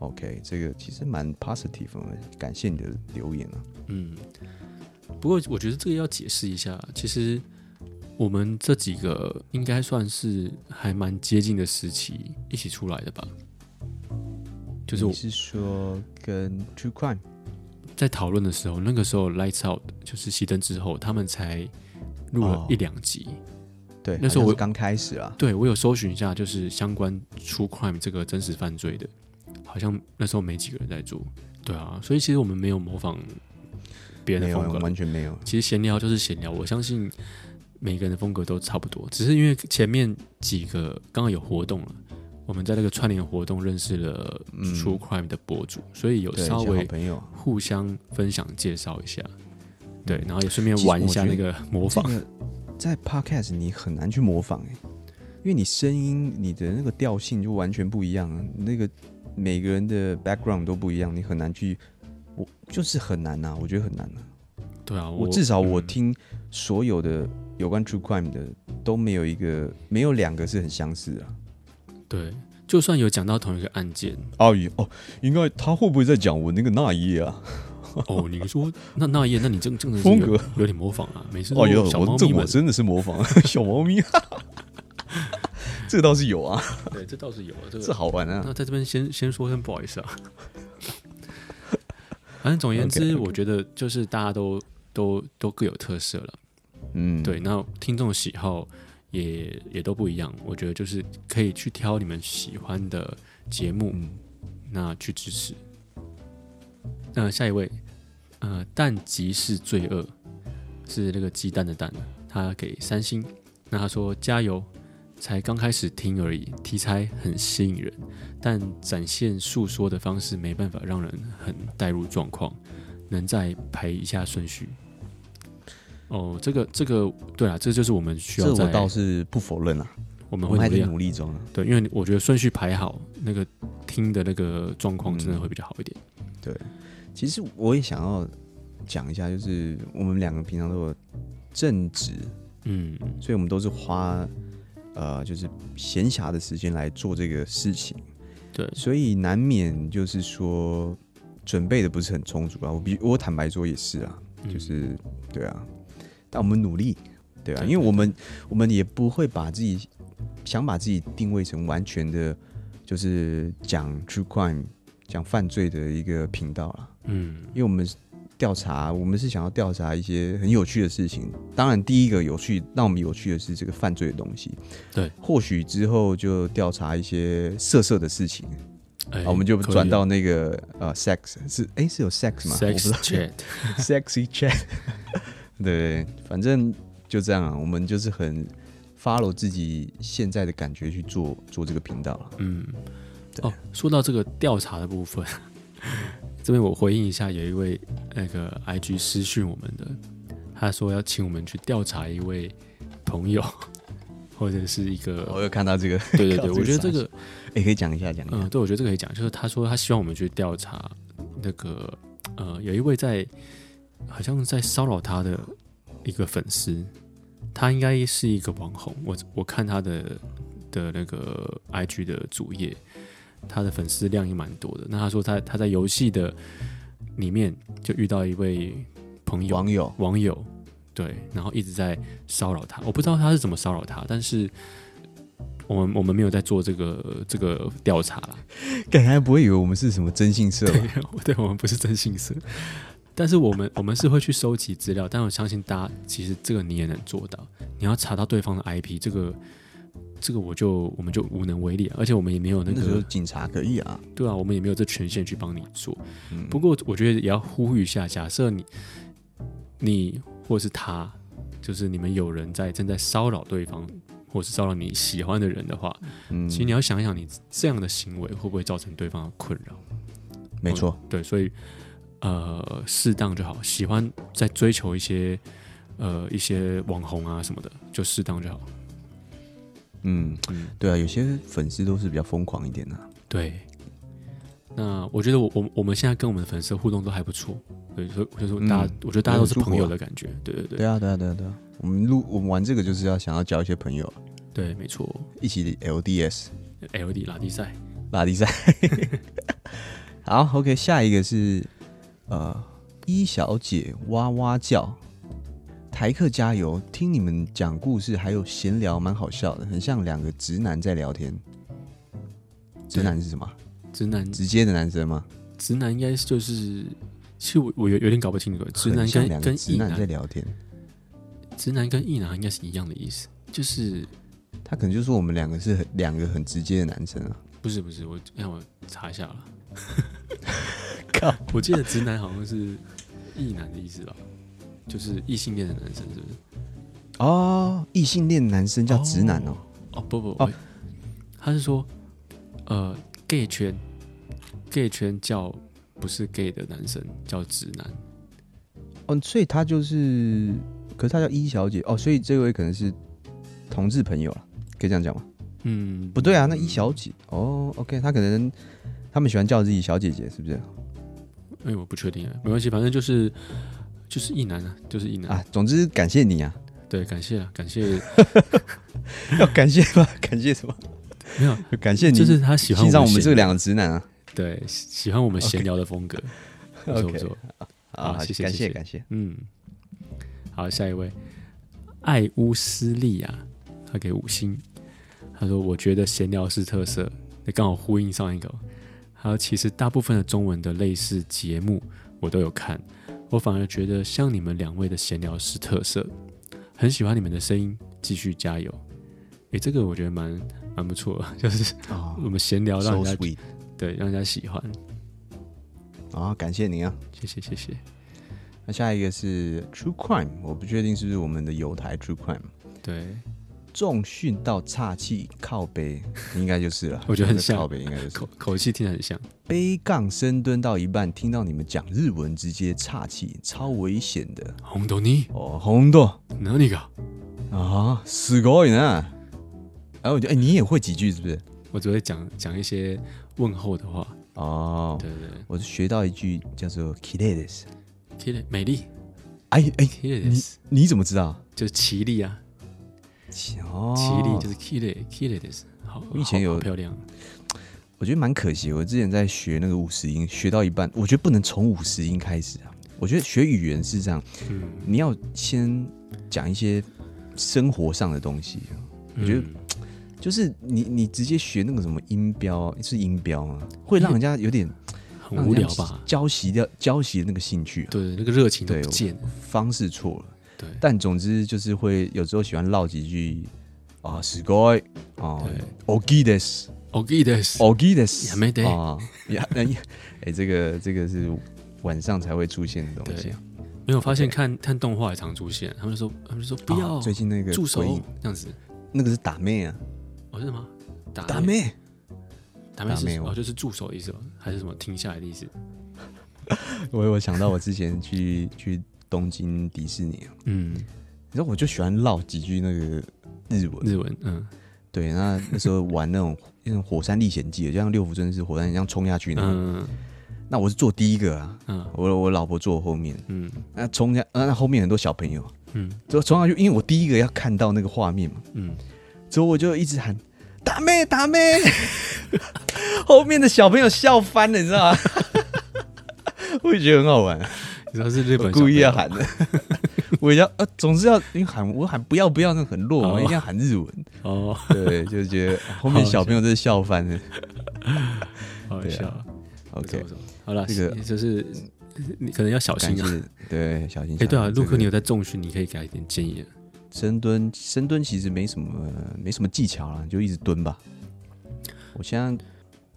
Speaker 1: OK，这个其实蛮 positive 的，感谢你的留言啊。
Speaker 2: 嗯。不过我觉得这个要解释一下，其实我们这几个应该算是还蛮接近的时期一起出来的吧，就是我
Speaker 1: 你嗯是说跟 True Crime
Speaker 2: 在讨论的时候，那个时候 Lights Out 就是熄灯之后，他们才录了
Speaker 1: 哦
Speaker 2: 一两集。
Speaker 1: 对，
Speaker 2: 那时候
Speaker 1: 好像
Speaker 2: 我
Speaker 1: 是刚开始啊，
Speaker 2: 对我有搜寻一下，就是相关 True Crime 这个真实犯罪的，好像那时候没几个人在做。对啊，所以其实我们没有模仿别人
Speaker 1: 没
Speaker 2: 的
Speaker 1: 有
Speaker 2: 风格，
Speaker 1: 完全没有。
Speaker 2: 其实闲聊就是闲聊，我相信每个人的风格都差不多，只是因为前面几个刚好有活动了，我们在那个串联活动认识了
Speaker 1: 嗯
Speaker 2: True Crime 的博主，所以有
Speaker 1: 对，以前
Speaker 2: 稍
Speaker 1: 好
Speaker 2: 微
Speaker 1: 朋友，
Speaker 2: 互相分享介绍一下，对，
Speaker 1: 嗯
Speaker 2: 然后也顺便玩一下
Speaker 1: 其
Speaker 2: 那
Speaker 1: 实
Speaker 2: 个模
Speaker 1: 这
Speaker 2: 仿，
Speaker 1: 个在 Podcast 你很难去模仿哎、因为你声音你的那个调性就完全不一样啊，那个每个人的 background 都不一样，你很难去，我就是很难啊呐、我觉得很难呐、
Speaker 2: 对啊，
Speaker 1: 我
Speaker 2: 我
Speaker 1: 至少我
Speaker 2: 嗯
Speaker 1: 听所有的有关 true crime 的都没有一个没有两个是很相似啊。
Speaker 2: 对，就算有讲到同一个案件，
Speaker 1: 哦，也哦，应该他会不会在讲我那个那一页啊？
Speaker 2: 哦，你说那那一页，那你真真的是
Speaker 1: 风
Speaker 2: 有
Speaker 1: 格
Speaker 2: 有点模仿啊，每次
Speaker 1: 哦，有
Speaker 2: 都小猫
Speaker 1: 我这
Speaker 2: 咪
Speaker 1: 我
Speaker 2: 们，
Speaker 1: 真的是模
Speaker 2: [LAUGHS]
Speaker 1: 仿小猫咪， [LAUGHS] 这倒是有啊，
Speaker 2: 对，这倒是有啊，这个
Speaker 1: 这好玩啊。
Speaker 2: 那在这边先先说声不好意
Speaker 1: [LAUGHS]
Speaker 2: 思啊。反正总而言之
Speaker 1: OK，OK
Speaker 2: 我觉得就是大家都都都各有特色了。
Speaker 1: 嗯，
Speaker 2: 对，那听众喜好也也都不一样，我觉得就是可以去挑你们喜欢的节目，
Speaker 1: 嗯
Speaker 2: 那去支持。那下一位，呃，蛋即是罪恶，是那个鸡蛋的蛋，他给三星。那他说加油，才刚开始听而已，题材很吸引人，但展现诉说的方式没办法让人很带入状况，能再排一下顺序。哦，这个这个对啊，这就是我们需要
Speaker 1: 这
Speaker 2: 在
Speaker 1: 我倒是不否认啊，
Speaker 2: 我们
Speaker 1: 我
Speaker 2: 会
Speaker 1: 们还
Speaker 2: 努力
Speaker 1: 在
Speaker 2: 啊
Speaker 1: 努力中啊。
Speaker 2: 对，因为我觉得顺序排好，那个听的那个状况真的会比较好一点。
Speaker 1: 其实我也想要讲一下，就是我们两个平常都有正职，
Speaker 2: 嗯，
Speaker 1: 所以我们都是花呃就是闲暇的时间来做这个事情，
Speaker 2: 对，
Speaker 1: 所以难免就是说准备的不是很充足啊。我比我坦白说也是啊，
Speaker 2: 嗯
Speaker 1: 就是对啊，但我们努力，对啊，
Speaker 2: 对
Speaker 1: 因为我们我们也不会把自己想把自己定位成完全的，就是讲 true crime 讲犯罪的一个频道啦，
Speaker 2: 嗯
Speaker 1: 因为我们调查，我们是想要调查一些很有趣的事情。当然，第一个有趣，让我们有趣的是这个犯罪的东西。
Speaker 2: 对，
Speaker 1: 或许之后就调查一些色色的事情，
Speaker 2: 哎
Speaker 1: 啊，我们就
Speaker 2: 可以
Speaker 1: 转到那个呃，sex 是哎、是有 sex 吗
Speaker 2: sex
Speaker 1: 我不知 [LAUGHS]
Speaker 2: chat，
Speaker 1: 道 sexy chat，对，反正就这样啊，我们就是很 follow 自己现在的感觉去做做这个频道了。
Speaker 2: 嗯，
Speaker 1: 对
Speaker 2: 哦，说到这个调查的部分， [LAUGHS] 这边我回应一下，有一位那个 IG 私讯我们的，他说要请我们去调查一位朋友， [LAUGHS] 或者是一
Speaker 1: 我
Speaker 2: 个，
Speaker 1: 有看到这个，
Speaker 2: 呃对对
Speaker 1: 哦靠 [LAUGHS] 这
Speaker 2: 对，我
Speaker 1: 个
Speaker 2: 觉得这
Speaker 1: 傻
Speaker 2: 个，
Speaker 1: 哎、可以讲一下，讲一
Speaker 2: 嗯、
Speaker 1: 下。
Speaker 2: 对，我觉得这个可以讲，就是他说他希望我们去调查那个，呃，有一位在好像在骚扰他的一个粉丝，他应该是一个网红，我我看他的的那个 IG 的主页，他的粉丝量也蛮多的。那他说他他在游戏的里面就遇到一位朋友
Speaker 1: 网 [LAUGHS] 友
Speaker 2: 网友，对，然后一直在骚扰他。我不知道他是怎么骚扰他，但是我们我们没有在做这个这个调查啦。 [LAUGHS]
Speaker 1: 感觉不会以为我们是什么征信社啊吧？
Speaker 2: 对，我们不是真心社，但是我们我们是会去收集资料。但我相信大家其实这个你也能做到，你要查到对方的 IP，这个这个我就我们就无能为力啊、而且我们也没有那
Speaker 1: 那时候
Speaker 2: 个
Speaker 1: 警察可以啊，
Speaker 2: 对啊，我们也没有这权限去帮你做。
Speaker 1: 嗯
Speaker 2: 不过我觉得也要呼吁一下，假设你你或是他，就是你们有人在正在骚扰对方，或是骚扰你喜欢的人的话，
Speaker 1: 嗯
Speaker 2: 其实你要想一想，你这样的行为会不会造成对方的困扰？
Speaker 1: 没错，
Speaker 2: 对，所以呃，适当就好。喜欢在追求一些呃一些网红啊什么的，就适当就好。
Speaker 1: 嗯，
Speaker 2: 嗯，
Speaker 1: 对啊，有些粉丝都是比较疯狂一点的、啊，
Speaker 2: 对。那我觉得我我我们现在跟我们的粉丝互动都还不错，对，所以就是大家，
Speaker 1: 嗯
Speaker 2: 我觉得大家都是
Speaker 1: 很舒服
Speaker 2: 朋友
Speaker 1: 啊
Speaker 2: 的感觉，对对对
Speaker 1: 对啊，对啊，对啊，对啊，我们录我们玩这个就是要想要交一些朋友，
Speaker 2: 对，没错
Speaker 1: 一起 LDS
Speaker 2: ，LD 拉力赛，
Speaker 1: 拉力赛。 [LAUGHS] 好，OK，下一个是呃一小姐哇哇叫，台客加油！听你们讲故事还有闲聊，蛮好笑的，很像两个直男在聊天。直男是什么？
Speaker 2: 直男
Speaker 1: 直接的男生吗？
Speaker 2: 直男应该就是，其实我我有有点搞不清楚，直
Speaker 1: 很
Speaker 2: 男
Speaker 1: 像两
Speaker 2: 跟
Speaker 1: 个
Speaker 2: 跟
Speaker 1: 直
Speaker 2: 异
Speaker 1: 男在
Speaker 2: 男，
Speaker 1: 聊天。
Speaker 2: 直男跟异男应该是一样的意思，就是
Speaker 1: 他可能就说我们两个是很两个很直接的男生啊。
Speaker 2: 不是不是，我让我查一下了。
Speaker 1: 靠！
Speaker 2: 我记得直男好像是异男的意思吧，就是异性恋的男生，是不是？
Speaker 1: 哦，异性恋男生叫直男哦。
Speaker 2: 哦不不，
Speaker 1: 哦
Speaker 2: 我他是说，呃，gay 圈，gay 圈叫不是 gay 的男生叫直男，
Speaker 1: 哦，所以他就是，可是他叫一小姐哦，所以这位可能是同志朋友了，可以这样讲吗？
Speaker 2: 嗯，
Speaker 1: 不对啊，那一小姐哦，OK，他可能他们喜欢叫自己小姐姐，是不是
Speaker 2: 哎，我不确定啊，没关系，反正就是就是异男啊，就是异男
Speaker 1: 啊？总之感谢
Speaker 2: [LAUGHS]
Speaker 1: 你啊，
Speaker 2: 对，感谢啊，
Speaker 1: [LAUGHS]
Speaker 2: 感谢，
Speaker 1: 要感谢
Speaker 2: [LAUGHS]
Speaker 1: 吗？感谢什么？
Speaker 2: 没有，
Speaker 1: 感谢你，
Speaker 2: 就是他喜欢
Speaker 1: 欣赏我们
Speaker 2: 闲
Speaker 1: 这两个直男啊。
Speaker 2: 对喜喜欢我们闲聊的风格，不错
Speaker 1: OK
Speaker 2: 不错，
Speaker 1: 啊，
Speaker 2: 好谢谢
Speaker 1: 感
Speaker 2: 谢谢
Speaker 1: 感谢。
Speaker 2: 嗯，好，下一位，艾乌斯利亚，他给五星，他说我觉得闲聊是特色，那刚好呼应上一个哦。还有，其实大部分的中文的类似节目我都有看，我反而觉得像你们两位的闲聊是特色，很喜欢你们的声音，继续加油。诶，这个我觉得蛮蛮不错的，就是
Speaker 1: 哦
Speaker 2: 我们闲聊让
Speaker 1: so
Speaker 2: 人家
Speaker 1: sweet
Speaker 2: 对让人家喜欢，
Speaker 1: 啊，感谢您啊。
Speaker 2: 谢谢谢谢，
Speaker 1: 那下一个是 True Crime，我不确定是不是我们的友台 True Crime。
Speaker 2: 对，
Speaker 1: 重训到岔气靠背，应该就是了
Speaker 2: [LAUGHS] 。我觉得很像
Speaker 1: 靠背，应该就是
Speaker 2: 口口气听着很像，
Speaker 1: 背杠深蹲到一半，听到你们讲日文，直接岔气，超危险的
Speaker 2: 红豆泥，
Speaker 1: 哦。红豆
Speaker 2: 哪里个？
Speaker 1: 啊，すごい呢。哎、我觉得哎、你也会几句是不是？
Speaker 2: 我只会讲讲一些问候的话。
Speaker 1: 哦，
Speaker 2: 对对对
Speaker 1: 我是学到一句叫做 “ki d e s
Speaker 2: k i l 美丽
Speaker 1: 哎哎，
Speaker 2: k i l
Speaker 1: 你怎么知道？
Speaker 2: 就是奇丽啊，
Speaker 1: 哦，
Speaker 2: 奇丽就是 k i l k i l i s 好，
Speaker 1: 我以前
Speaker 2: 好
Speaker 1: 有
Speaker 2: 好漂亮，
Speaker 1: 我觉得蛮可惜。我之前在学那个五十音，学到一半，我觉得不能从五十音开始啊。我觉得学语言是这样，
Speaker 2: 嗯，
Speaker 1: 你要先讲一些生活上的东西，我觉得
Speaker 2: 嗯
Speaker 1: 就是你你直接学那个什么音标，是音标吗？会让人家有点
Speaker 2: 很无聊吧？
Speaker 1: 浇熄掉浇熄那个兴趣、啊，
Speaker 2: 对，那个热情都
Speaker 1: 对
Speaker 2: 不见了。
Speaker 1: 方式错了。
Speaker 2: 对
Speaker 1: 但总之就是会有时候喜欢唠几句啊，死鬼啊，ogides
Speaker 2: o g i d e
Speaker 1: 哦
Speaker 2: s
Speaker 1: ogides，
Speaker 2: やめて
Speaker 1: 啊，呀，那 [LAUGHS] 哎，这个这个是晚上才会出现的东西啊。
Speaker 2: 没有发现看看动画也常出现，他们就说他们就说不要
Speaker 1: 啊最近那个
Speaker 2: 住手
Speaker 1: 鬼影
Speaker 2: 这样子，
Speaker 1: 那个是打妹啊，
Speaker 2: 哦，真的吗？打
Speaker 1: 打妹， [LAUGHS]
Speaker 2: 打妹
Speaker 1: 打
Speaker 2: 是
Speaker 1: 妹哦
Speaker 2: 哦，就是住手的意思吧？还是什么停下来的意思？
Speaker 1: 我我想到我之前去去东京迪士尼啊，
Speaker 2: 嗯，
Speaker 1: 然后我就喜欢唠几句那个日文，
Speaker 2: 日文，嗯，
Speaker 1: 对，那那时候玩那种 [LAUGHS] 那种火山历险记，就像六福村是火山一样冲下去那种。
Speaker 2: 嗯
Speaker 1: 那我是坐第一个啊，
Speaker 2: 嗯
Speaker 1: 我我老婆坐我后面，
Speaker 2: 嗯
Speaker 1: 那冲下，呃那后面很多小朋友，
Speaker 2: 嗯
Speaker 1: 就冲上去，因为我第一个要看到那个画面嘛，
Speaker 2: 嗯，
Speaker 1: 之后我就一直喊打妹打妹， [LAUGHS] 后面的小朋友笑翻了，你知道吗？ [LAUGHS] 我也觉得很好玩，
Speaker 2: 你知道是日本
Speaker 1: 故意要
Speaker 2: 小
Speaker 1: 喊的， [LAUGHS] 我也要呃，总是要因为喊我喊不要不要，那很弱，
Speaker 2: 哦
Speaker 1: 我一定要喊日文，
Speaker 2: 朋友哦，
Speaker 1: [LAUGHS] 对，就觉得后面小朋友真是笑翻了。
Speaker 2: 好
Speaker 1: 对啊
Speaker 2: 笑。不错
Speaker 1: OK，
Speaker 2: 不错好了，
Speaker 1: 这
Speaker 2: 这
Speaker 1: 个
Speaker 2: 个就是你可能要小
Speaker 1: 感
Speaker 2: 心啊。
Speaker 1: 谢，对，小心。
Speaker 2: 哎，对啊，
Speaker 1: 小心
Speaker 2: 陆
Speaker 1: 这
Speaker 2: 克，
Speaker 1: 个
Speaker 2: 你有在重训，你可以给他一点建议啊。
Speaker 1: 深蹲，深蹲其实没什么没什么技巧啦，你就一直蹲吧。我现在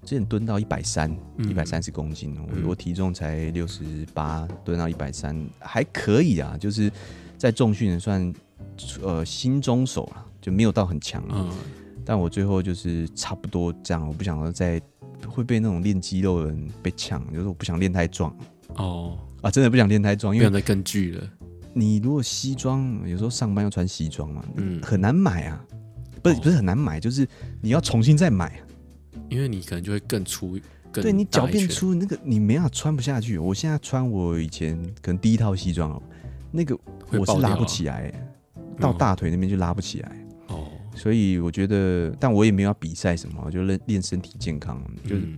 Speaker 1: 之前蹲到一百三，
Speaker 2: 嗯
Speaker 1: 一百三十公斤，
Speaker 2: 嗯
Speaker 1: 我我体重才六十八，蹲到一百三还可以啊，就是在重训算呃新中手啦，就没有到很强啊。
Speaker 2: 嗯，
Speaker 1: 但我最后就是差不多这样，我不想要再会被那种练肌肉的人被呛，就是我不想练太壮
Speaker 2: 哦，
Speaker 1: 啊，真的不想练太壮，
Speaker 2: 不
Speaker 1: 因为
Speaker 2: 想再跟剧了。
Speaker 1: 你如果西装，有时候上班要穿西装嘛，
Speaker 2: 嗯
Speaker 1: 很难买啊，不是
Speaker 2: 哦
Speaker 1: 不是很难买，就是你要重新再买啊。
Speaker 2: 因为你可能就会更粗，更
Speaker 1: 对你
Speaker 2: 大
Speaker 1: 脚
Speaker 2: 一
Speaker 1: 变
Speaker 2: 圈，
Speaker 1: 粗，那个你没办法穿不下去。我现在穿我以前可能第一套西装哦，那个
Speaker 2: 会
Speaker 1: 我
Speaker 2: 爆
Speaker 1: 是拉
Speaker 2: 掉
Speaker 1: 不
Speaker 2: 啊
Speaker 1: 起来、到
Speaker 2: 嗯
Speaker 1: 大腿那边就拉不起来。
Speaker 2: 哦，
Speaker 1: 所以我觉得，但我也没有要比赛什么，我就练练身体健康。就是，
Speaker 2: 嗯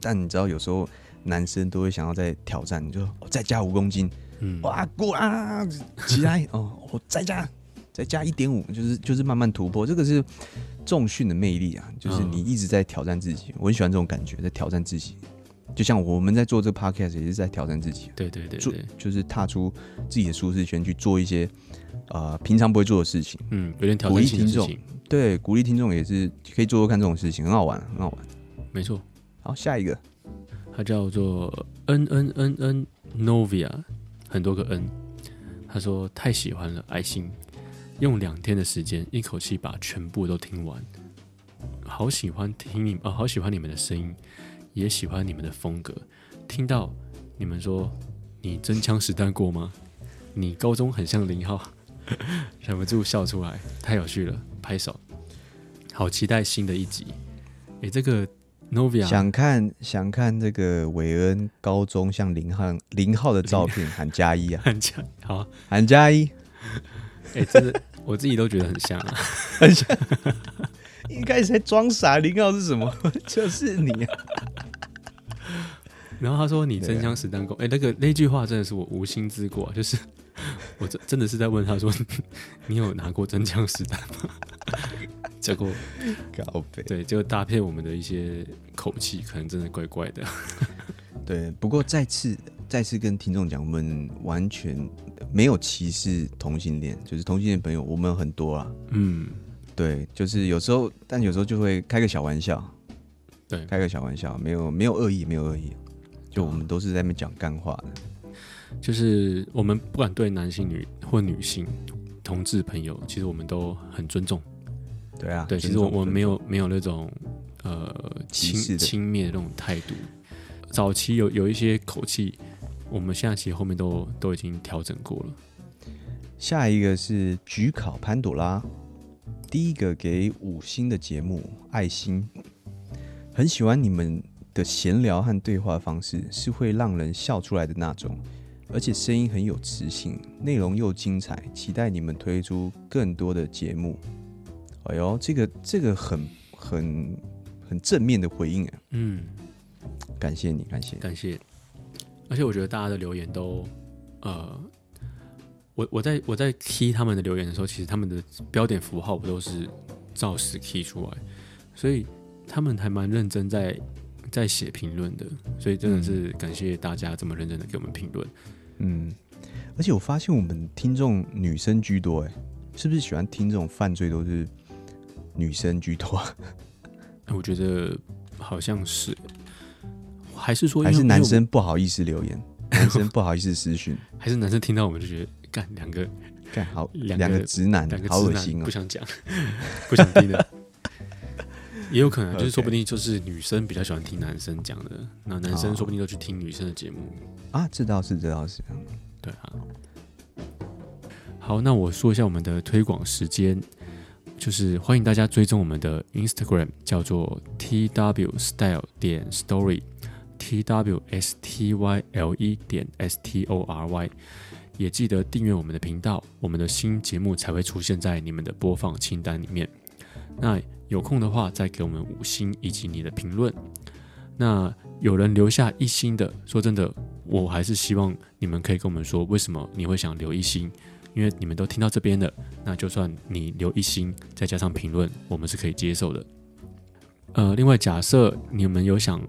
Speaker 1: 但你知道，有时候男生都会想要再挑战，你就、哦、再加五公斤，
Speaker 2: 嗯，
Speaker 1: 哇，过啊，起来哦，我再加再加一点五，就是就是慢慢突破，这个是重训的魅力啊，就是
Speaker 2: 嗯
Speaker 1: 你一直在挑战自己，我很喜欢这种感觉，在挑战自己，就像我们在做这个 podcast 也是在挑战自己，
Speaker 2: 对对对
Speaker 1: 做
Speaker 2: 对，
Speaker 1: 就是踏出自己的舒适圈去做一些呃平常不会做的事情，
Speaker 2: 嗯，有点挑
Speaker 1: 鼓
Speaker 2: 战
Speaker 1: 励
Speaker 2: 性的
Speaker 1: 听
Speaker 2: 事
Speaker 1: 众
Speaker 2: 情，
Speaker 1: 对，鼓励听众也是可以做做看这种事情，很好玩，很好玩。
Speaker 2: 没错，
Speaker 1: 好，下一个
Speaker 2: 它叫做 N N N N Novia，很多个 N。他说太喜欢了，爱心，用两天的时间，一口气把全部都听完，好喜欢听你们，哦，好喜欢你们的声音，也喜欢你们的风格。听到你们说你真枪实弹过吗？你高中很像林浩， [LAUGHS] 忍不住笑出来，太有趣了，拍手。好期待新的一集。诶，这个 Novia
Speaker 1: 想看想看这个韦恩高中像林浩林浩的照片，喊加一啊，
Speaker 2: 很像，好啊，
Speaker 1: 喊加一。
Speaker 2: [LAUGHS] 哎、真的，我自己都觉得很像、啊。 [LAUGHS]
Speaker 1: 一开始在装傻，林浩是什么？ [LAUGHS] 就是你、啊。
Speaker 2: 然后他说：“你
Speaker 1: 对啊
Speaker 2: 真枪实弹过。哎、那个那句话真的是我无心之过啊、就是我真真的是在问他说：“ [LAUGHS] 你有拿过真枪实弹吗？” [LAUGHS] 结果
Speaker 1: 搞呗。
Speaker 2: 对，就搭配我们的一些口气，可能真的怪怪的。
Speaker 1: 对，不过再次再次跟听众讲，我们完全没有歧视同性恋，就是同性恋朋友，我们很多啊。
Speaker 2: 嗯，
Speaker 1: 对，就是有时候，但有时候就会开个小玩笑，
Speaker 2: 对
Speaker 1: 开个小玩笑，没有没有恶意，没有恶意，就我们都是在那边讲干话的。
Speaker 2: 就是我们不管对男性、女或女性、同志朋友，其实我们都很尊重。
Speaker 1: 对啊，
Speaker 2: 对，其实
Speaker 1: 尊
Speaker 2: 我
Speaker 1: 重
Speaker 2: 我没有没有那种呃
Speaker 1: 歧视
Speaker 2: 轻
Speaker 1: 的
Speaker 2: 轻蔑的那种态度。早期有有一些口气，我们现在其实后面都都已经调整过了。
Speaker 1: 下一个是焗烤潘朵拉，第一个给五星的节目爱心，很喜欢你们的闲聊和对话方式，是会让人笑出来的那种，而且声音很有磁性，内容又精彩，期待你们推出更多的节目。哎呦，这个这个很很很正面的回应啊，
Speaker 2: 嗯，
Speaker 1: 感谢你，感谢你。
Speaker 2: 感谢。而且我觉得大家的留言都，呃，我我在我在 key 他们的留言的时候，其实他们的标点符号我都是照实 key 出来，所以他们还蛮认真在在写评论的，所以真的是感谢大家这么认真的给我们评论。
Speaker 1: 嗯，而且我发现我们听众女生居多，哎，是不是喜欢听这种犯罪都是女生居多啊？
Speaker 2: 哎我觉得好像是，还是说因
Speaker 1: 还
Speaker 2: 为
Speaker 1: 是男，
Speaker 2: 因
Speaker 1: 生不好意思留言，男生不好意思私讯，
Speaker 2: 为我还是男生听到我们就觉得干两个
Speaker 1: 干好
Speaker 2: 两
Speaker 1: 两
Speaker 2: 个
Speaker 1: 个直男
Speaker 2: 两个，
Speaker 1: 好
Speaker 2: 直
Speaker 1: 恶
Speaker 2: 男
Speaker 1: 心哦
Speaker 2: 不。想讲， [LAUGHS] 不想听的。也有可能，就是
Speaker 1: OK
Speaker 2: 说不定就是女生比较喜欢听男生讲的，那男生
Speaker 1: 哦
Speaker 2: 说不定都去听女生的节目。
Speaker 1: 啊，这倒是，这倒是。
Speaker 2: 对啊。好，那我说一下我们的推广时间，就是欢迎大家追踪我们的 Instagram，叫做 T W Style 点 Story。T W S T Y L E 点 S T O R Y，也记得订阅我们的频道，我们的新节目才会出现在你们的播放清单里面。那有空的话，再给我们五星以及你的评论。那有人留下一星的，说真的，我还是希望你们可以跟我们说为什么你会想留一星，因为你们都听到这边了，那就算你留一星，再加上评论，我们是可以接受的。呃，另外，假设你们有想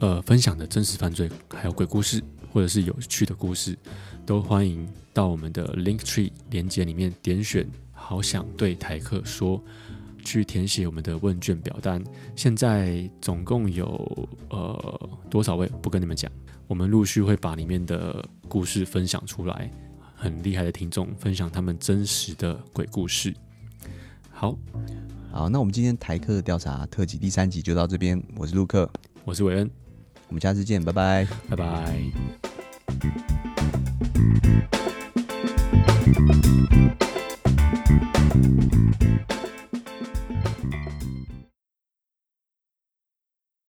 Speaker 2: 呃分享的真实犯罪，还有鬼故事，或者是有趣的故事，都欢迎到我们的 Link Tree 连接里面点选“好想对台客说”，去填写我们的问卷表单。现在总共有呃多少位？不跟你们讲，我们陆续会把里面的故事分享出来，很厉害的听众分享他们真实的鬼故事。好，
Speaker 1: 好，那我们今天台客调查特辑第三集就到这边，我是陆克，
Speaker 2: 我是韦恩，
Speaker 1: 我们下次见，拜拜。
Speaker 2: 拜拜。